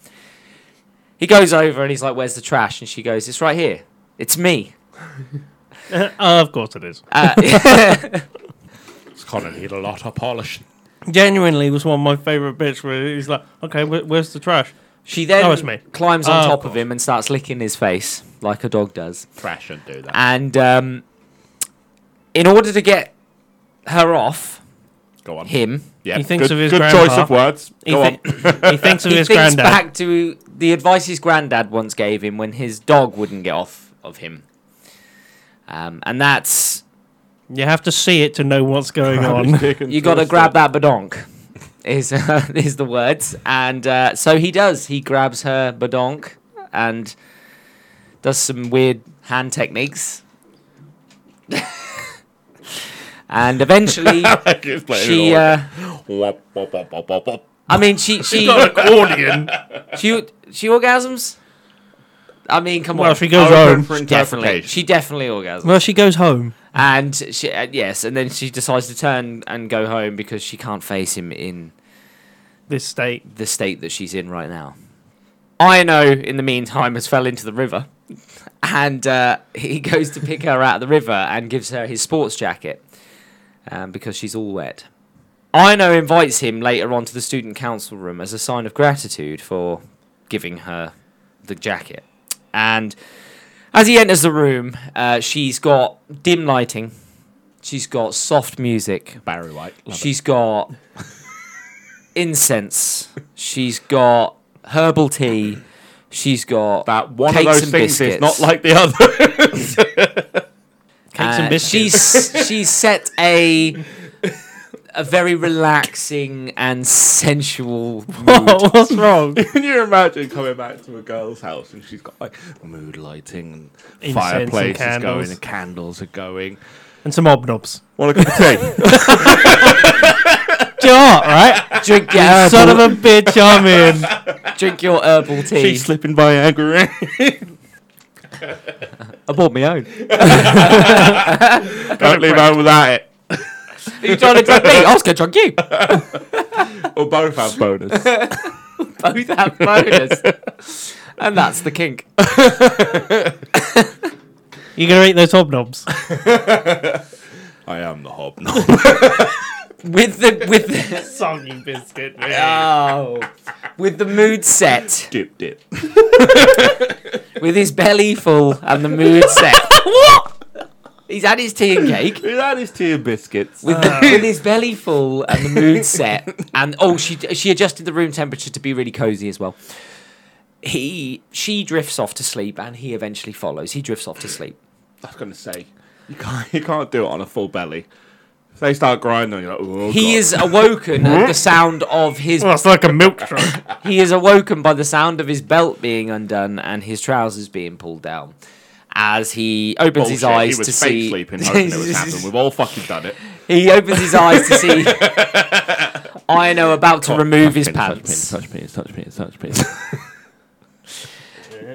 Speaker 1: He goes over and he's like, Where's the trash? And she goes, It's right here. It's me. Uh,
Speaker 2: oh, of course it is.
Speaker 1: Ah.
Speaker 3: It's gonna need a lot of polishing.
Speaker 2: Genuinely was one of my favourite bits where he's like, Okay, wh- where's the trash?
Speaker 1: She then
Speaker 2: Oh, it's me.
Speaker 1: climbs on
Speaker 2: Oh, of
Speaker 1: top of
Speaker 2: course.
Speaker 1: him and starts licking his face like a dog does.
Speaker 3: Trash and do that.
Speaker 1: And um, in order to get her off,
Speaker 3: Go on.
Speaker 1: him.
Speaker 3: Yeah.
Speaker 2: He thinks
Speaker 3: good,
Speaker 2: of his
Speaker 3: good
Speaker 2: grandpa.
Speaker 3: choice of words.
Speaker 2: He,
Speaker 3: Go
Speaker 2: thi-
Speaker 3: on.
Speaker 2: he thinks of
Speaker 1: He
Speaker 2: his
Speaker 1: thinks
Speaker 2: granddad.
Speaker 1: back to the advice his granddad once gave him when his dog wouldn't get off of him. Um, and that's
Speaker 2: You have to see it to know what's going
Speaker 3: He's
Speaker 2: on.
Speaker 3: taken
Speaker 1: you got
Speaker 3: to
Speaker 1: to
Speaker 3: a
Speaker 1: grab
Speaker 3: step.
Speaker 1: that badonk. Is is the words, and uh, so he does. He grabs her badonk and does some weird hand techniques, and eventually
Speaker 3: Like, it's playing
Speaker 1: she.
Speaker 3: it all.
Speaker 1: Uh,
Speaker 3: Wop, wop, wop, wop, wop, wop.
Speaker 1: I mean, she she
Speaker 2: Accordion.
Speaker 1: she she orgasms. I mean, come
Speaker 2: Well,
Speaker 1: on.
Speaker 2: if he goes
Speaker 3: Open
Speaker 2: home.
Speaker 3: for
Speaker 1: She definitely,
Speaker 3: interpretation.
Speaker 1: she definitely orgasms.
Speaker 2: Well, she goes home.
Speaker 1: And she, uh, yes, and then she decides to turn and go home because she can't face him in
Speaker 2: This state.
Speaker 1: the state that she's in right now. Ino, in the meantime, has fell into the river, and uh, he goes to pick her out of the river and gives her his sports jacket um, because she's all wet. Ino invites him later on to the student council room as a sign of gratitude for giving her the jacket. And as he enters the room, uh, she's got dim lighting, she's got soft music,
Speaker 3: Barry White. Love
Speaker 1: She's got incense. She's got herbal tea. She's got
Speaker 3: that one
Speaker 1: cakes
Speaker 3: of those
Speaker 1: and
Speaker 3: things
Speaker 1: biscuits.
Speaker 3: is not like the other.
Speaker 2: Cakes and
Speaker 1: Uh,
Speaker 2: biscuits.
Speaker 1: She's she's set a a very relaxing and sensual mood.
Speaker 2: What, what's wrong?
Speaker 3: Can you imagine coming back to a girl's house and she's got like mood lighting and
Speaker 2: and
Speaker 3: fireplaces
Speaker 2: candles.
Speaker 3: going and candles are going?
Speaker 2: and some obnobs.
Speaker 3: Want a cup of tea?
Speaker 2: Do you know what, right?
Speaker 1: Drink your
Speaker 2: You
Speaker 1: herbal,
Speaker 2: son of a bitch, I'm in.
Speaker 1: drink your herbal tea.
Speaker 3: she's slipping by angry.
Speaker 2: I bought my own.
Speaker 3: Don't leave home without it.
Speaker 1: Are you trying to drug me? I was going to drug you.
Speaker 3: Or both have bonus.
Speaker 1: Both have bonus. and that's the kink.
Speaker 2: You're going to eat those hobnobs.
Speaker 3: I am the hobnob.
Speaker 1: With the with the,
Speaker 2: Soggy biscuit, man.
Speaker 1: oh, with the mood set.
Speaker 3: dip dip.
Speaker 1: with his belly full and the mood set. what? He's had his tea and cake
Speaker 3: That is tea and biscuits.
Speaker 1: with, the, with his belly full and the mood set. And oh, she she adjusted the room temperature to be really cozy as well. He she drifts off to sleep and he eventually follows. He drifts off to sleep.
Speaker 3: I was gonna say you can't you can't do it on a full belly. If they start grinding, you're like, oh,
Speaker 1: He
Speaker 3: God." Oh.
Speaker 1: is awoken at the sound of his
Speaker 2: Well, it's like a milk truck.
Speaker 1: he is awoken by the sound of his belt being undone and his trousers being pulled down. As he opens
Speaker 3: Bullshit,
Speaker 1: his eyes
Speaker 3: he was
Speaker 1: to
Speaker 3: fake
Speaker 1: see
Speaker 3: sleeping, hoping it was happening. We've all fucking done it.
Speaker 1: He opens his eyes to see Ino about to remove his
Speaker 3: Touch
Speaker 1: pants.
Speaker 3: penis, touch penis, touch penis, touch penis.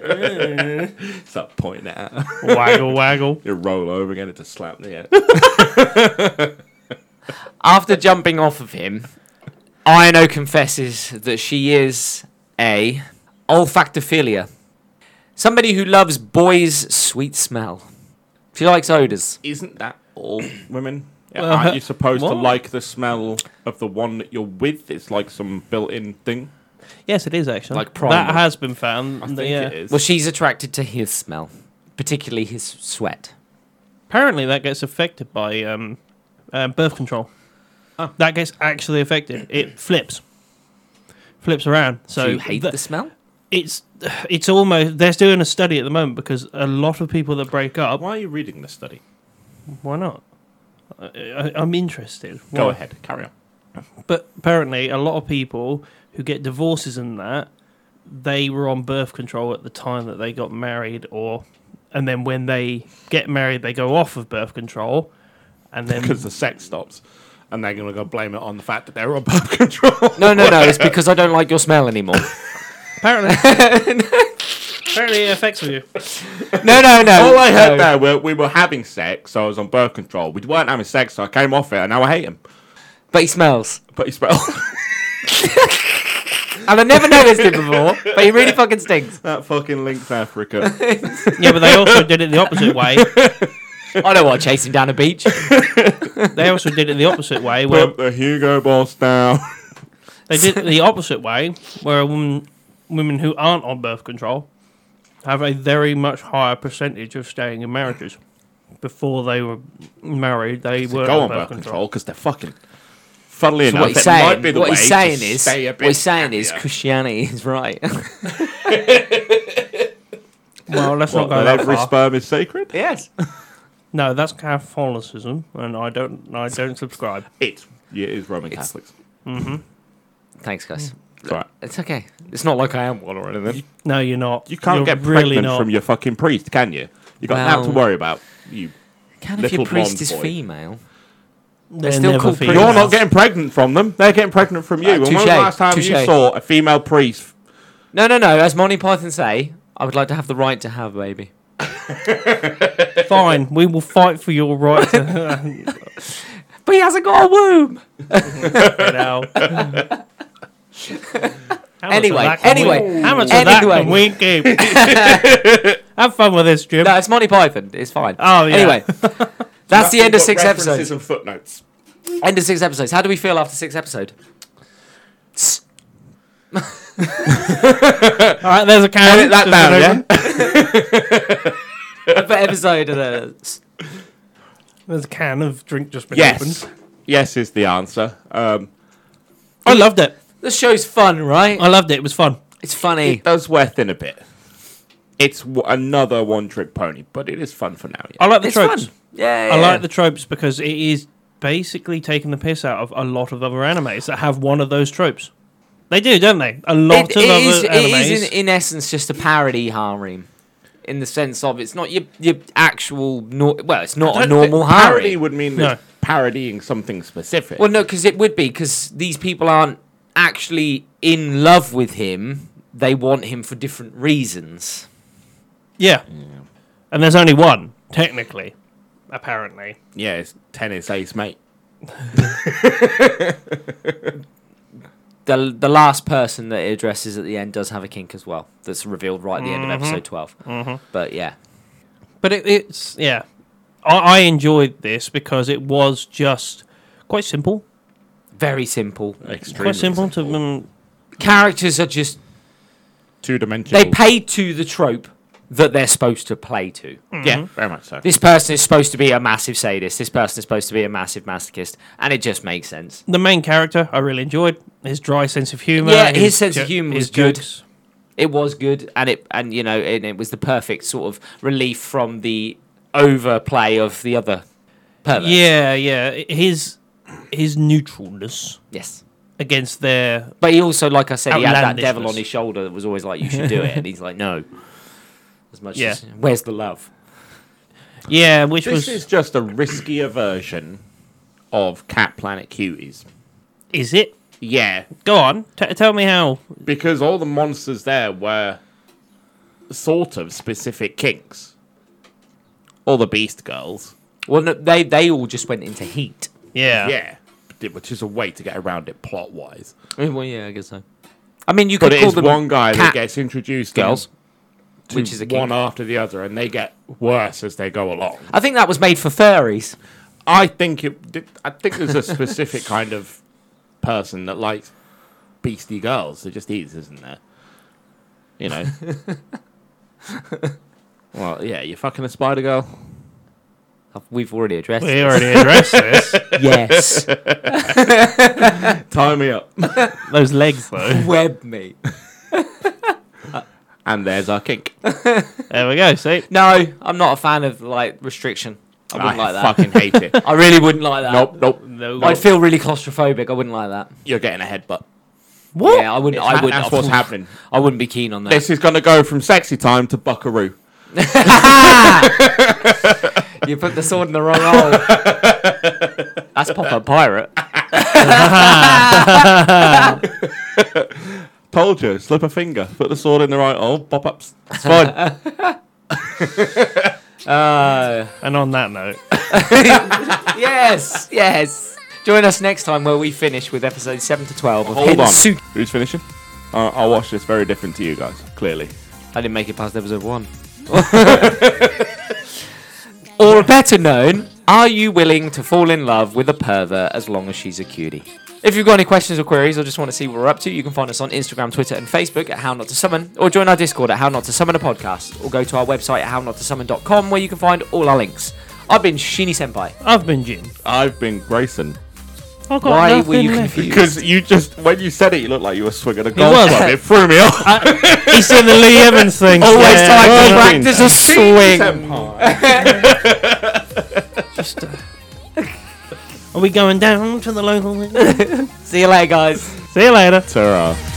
Speaker 3: Stop pointing it out.
Speaker 2: waggle, waggle.
Speaker 3: You roll over again, it just slap the head.
Speaker 1: After jumping off of him, Ino confesses that she is a olfactophilia, somebody who loves boys' sweet smell. She likes odors.
Speaker 3: Isn't that all women? Yeah,
Speaker 2: Well,
Speaker 3: aren't you supposed to
Speaker 2: what?
Speaker 3: like the smell of the one that you're with? It's like some built-in thing.
Speaker 2: Yes, it is actually.
Speaker 1: Like primal.
Speaker 2: That has been found.
Speaker 3: I think
Speaker 2: yeah.
Speaker 3: it is.
Speaker 1: Well, she's attracted to his smell, particularly his sweat.
Speaker 2: Apparently, that gets affected by um, uh, birth control. That gets actually affected. It flips, flips around. So
Speaker 1: Do you hate
Speaker 2: th-
Speaker 1: the smell?
Speaker 2: It's it's almost they're doing a study at the moment because a lot of people that break up.
Speaker 3: Why are you reading this study?
Speaker 2: Why not? I, I, I'm interested.
Speaker 3: Go
Speaker 2: Why?
Speaker 3: ahead, carry on.
Speaker 2: But apparently, a lot of people who get divorces and that, they were on birth control at the time that they got married, or and then when they get married, they go off of birth control, and then
Speaker 3: Because the sex stops, and they're gonna go blame it on the fact that they're on birth control.
Speaker 1: No, no, no. It's because I don't like your smell anymore.
Speaker 2: apparently, apparently it affects you.
Speaker 1: No, no, no.
Speaker 3: All I heard
Speaker 1: no.
Speaker 3: there were we were having sex, so I was on birth control. We weren't having sex, so I came off it, and now I hate him.
Speaker 1: But he smells.
Speaker 3: But he spelled
Speaker 1: And I never noticed him before, but he really fucking stinks.
Speaker 3: that fucking links Africa.
Speaker 2: Yeah, but they also did it the opposite way.
Speaker 1: I don't want to chase him down a beach.
Speaker 2: They also did it the opposite way, where
Speaker 3: Put the Hugo Boss down.
Speaker 2: They did it the opposite way, where a woman, women who aren't on birth control have a very much higher percentage of staying in marriages. Before they were married, they were
Speaker 3: go
Speaker 2: on
Speaker 3: on
Speaker 2: birth control.
Speaker 3: because they're fucking.
Speaker 1: So
Speaker 3: Funnily enough,
Speaker 1: what he's
Speaker 3: it
Speaker 1: saying,
Speaker 3: might be the
Speaker 1: what
Speaker 3: way
Speaker 1: he's saying
Speaker 3: to
Speaker 1: is,
Speaker 3: stay a bit
Speaker 1: what he's saying is,
Speaker 3: happier.
Speaker 1: Christianity is right.
Speaker 2: Well, let's
Speaker 3: What,
Speaker 2: not go
Speaker 3: that
Speaker 2: that
Speaker 3: every
Speaker 2: far.
Speaker 3: sperm is sacred.
Speaker 1: yes.
Speaker 2: no, that's Catholicism, and I don't, I don't subscribe.
Speaker 3: It's yeah, it is Roman Catholics.
Speaker 1: Thanks, guys.
Speaker 3: It's all right.
Speaker 1: It's okay. It's not like I am one or anything.
Speaker 2: No, you're not.
Speaker 3: You can't
Speaker 2: You're
Speaker 3: get
Speaker 2: really
Speaker 3: pregnant
Speaker 2: not.
Speaker 3: from your fucking priest, can you? You got that to
Speaker 1: Well-
Speaker 3: worry about. You.
Speaker 1: Can if your
Speaker 3: Little
Speaker 1: priest
Speaker 3: blonde
Speaker 1: is
Speaker 3: boy.
Speaker 1: female?
Speaker 2: They're
Speaker 1: still
Speaker 2: never
Speaker 1: called
Speaker 2: female.
Speaker 3: You're not getting pregnant from them. They're getting pregnant from you.
Speaker 1: Uh,
Speaker 3: and when was the
Speaker 1: touche,
Speaker 3: last time you
Speaker 1: touche.
Speaker 3: saw a female priest?
Speaker 1: No, no, no. As Monty Python say, I would like to have the right to have a baby.
Speaker 2: Fine, we will fight for your right to
Speaker 1: But he hasn't got a womb.
Speaker 2: Fucking hell. How much
Speaker 1: Anyway,
Speaker 2: of that can
Speaker 1: anyway,
Speaker 2: we, how much of that can we
Speaker 1: anyway.
Speaker 2: keep? Have fun with this, Jim.
Speaker 1: No, it's Monty Python. It's fine.
Speaker 2: Oh, yeah.
Speaker 1: Anyway, that's the end of
Speaker 3: got
Speaker 1: six
Speaker 3: references
Speaker 1: episodes.
Speaker 3: and footnotes.
Speaker 1: End of six episodes. How do we feel after six episode?
Speaker 2: All right, there's a count.
Speaker 3: Edit that
Speaker 2: Just
Speaker 3: down,
Speaker 2: an
Speaker 3: yeah?
Speaker 2: open-
Speaker 1: Per episode of the.
Speaker 2: There's a can of drink just been
Speaker 3: Yes.
Speaker 2: opened.
Speaker 3: Yes is the answer. Um,
Speaker 2: I loved it.
Speaker 1: The show's fun, right?
Speaker 2: I loved it. It was fun.
Speaker 1: It's funny.
Speaker 3: does wear thin a bit. It's w- another one trick pony, but it is fun for now. Yeah.
Speaker 2: I like the
Speaker 1: It's
Speaker 2: tropes.
Speaker 1: fun. Yeah,
Speaker 2: I
Speaker 1: yeah,
Speaker 2: like
Speaker 1: yeah.
Speaker 2: the tropes because it is basically taking the piss out of a lot of other animes that have one of those tropes. They do, don't they? A lot
Speaker 1: It-
Speaker 2: of
Speaker 1: it
Speaker 2: other
Speaker 1: is, it
Speaker 2: animes.
Speaker 1: is in, in essence just a parody harem, in the sense of it's not your your actual. nor well, it's not a normal
Speaker 3: parody
Speaker 1: harem.
Speaker 3: would mean
Speaker 2: No.
Speaker 3: it's parodying something specific.
Speaker 1: Well, no, because it would be because these people aren't actually in love with him. They want him for different reasons.
Speaker 2: yeah. And there's only one, technically, apparently.
Speaker 3: yeah, it's tennis ace, mate.
Speaker 1: The the last person that it addresses at the end does have a kink as well. That's revealed right at the end
Speaker 3: Mm-hmm.
Speaker 1: of episode 12 But yeah,
Speaker 2: But it, it's yeah, I, I enjoyed this because it was just quite simple,
Speaker 1: very simple.
Speaker 3: Extremely
Speaker 2: quite simple, to um,
Speaker 1: Characters are just
Speaker 3: Two dimensional.
Speaker 1: they pay to the trope that they're supposed to play to.
Speaker 3: Yeah, very much so.
Speaker 1: This person is supposed to be a massive sadist. This person is supposed to be a massive masochist, and it just makes sense.
Speaker 2: the main character. I really enjoyed his dry sense of humor.
Speaker 1: Yeah, his sense of humour was good.
Speaker 2: jokes.
Speaker 1: It was good, and it and you know, and it was the perfect sort of relief from the overplay of the other. Perverts.
Speaker 2: Yeah, yeah, his his neutralness
Speaker 1: Yes.
Speaker 2: against their
Speaker 1: But he also, like I said, he had that
Speaker 2: Outlandishness.
Speaker 1: devil on his shoulder that was always like, "You should do it," and he's like, "No." As much
Speaker 2: Yeah.
Speaker 1: as where's the love?
Speaker 2: yeah, which
Speaker 3: This
Speaker 2: was
Speaker 3: is
Speaker 2: is,
Speaker 3: just a riskier version of Cat Planet Cuties.
Speaker 2: it?
Speaker 3: Yeah,
Speaker 2: Go on, t- tell me how.
Speaker 3: because all the monsters there were sort of specific kinks. All the Beast Girls.
Speaker 1: Well, no, they they all just went into heat.
Speaker 2: Yeah,
Speaker 3: Yeah, which is a way to get around it plot wise.
Speaker 1: Well, yeah, I guess so. I mean, you could
Speaker 3: But it
Speaker 1: call
Speaker 3: is
Speaker 1: them
Speaker 3: one guy
Speaker 1: cat
Speaker 3: that gets introduced
Speaker 1: girls,
Speaker 3: to
Speaker 1: which is a
Speaker 3: one
Speaker 1: kink.
Speaker 3: after the other, and they get worse as they go along.
Speaker 1: I think that was made for furries.
Speaker 3: I think it. I think there's a specific kind of person that likes beastie girls. There just is, isn't there? You know. well, yeah, you're fucking a spider girl.
Speaker 1: We've already addressed.
Speaker 2: we already addressed this.
Speaker 1: yes,
Speaker 3: Tie me up.
Speaker 2: Those legs though.
Speaker 1: web me.
Speaker 3: and there's our kink. I,
Speaker 2: There we go. See,
Speaker 1: No, I'm not a fan of like restriction. I wouldn't like that.
Speaker 3: fucking hate it.
Speaker 1: I really wouldn't like that.
Speaker 3: nope, nope.
Speaker 2: No.
Speaker 1: I'd feel really claustrophobic. I wouldn't like that.
Speaker 3: You're getting a headbutt.
Speaker 2: what?
Speaker 1: Yeah, I wouldn't. I
Speaker 3: That-
Speaker 1: wouldn't.
Speaker 3: That's what's happening.
Speaker 1: I wouldn't be keen on that.
Speaker 3: This is going to go from sexy time to buckaroo.
Speaker 1: You put the sword in the wrong hole. That's Pop Up Pirate.
Speaker 3: Told you, slip a finger, put the sword in the right hole, pop ups. It's fine.
Speaker 2: And on that note,
Speaker 1: yes, yes. Join us next time where we finish with episodes 7 to 12 of
Speaker 3: Hold
Speaker 1: Hidden
Speaker 3: on.
Speaker 1: Suit.
Speaker 3: Who's finishing? I I'll watch this very different to you guys, clearly.
Speaker 1: I didn't make it past episode 1. or better known, are you willing to fall in love with a pervert as long as she's a cutie? If you've got any questions or queries or just want to see what we're up to, you can find us on Instagram, Twitter, and Facebook at How Not to Summon, or join our Discord at How Not to Summon a Podcast, or go to our website at hownotosummon.com where you can find all our links. I've been Shini Senpai.
Speaker 2: I've been Jim.
Speaker 3: I've been Grayson.
Speaker 2: I've got
Speaker 1: Why
Speaker 2: nothing
Speaker 1: were you
Speaker 2: left.
Speaker 1: confused?
Speaker 3: Because you just, when you said it, you looked like you were swinging a golf
Speaker 2: was.
Speaker 3: club. It threw me off.
Speaker 2: He said the Lee Evans thing.
Speaker 1: Always
Speaker 2: yeah.
Speaker 1: time to
Speaker 3: well done.
Speaker 1: practice a swing.
Speaker 3: Senpai.
Speaker 2: Just, uh, Are we going down to the local?
Speaker 1: See you later, guys.
Speaker 2: See you later.
Speaker 3: Ta-ra.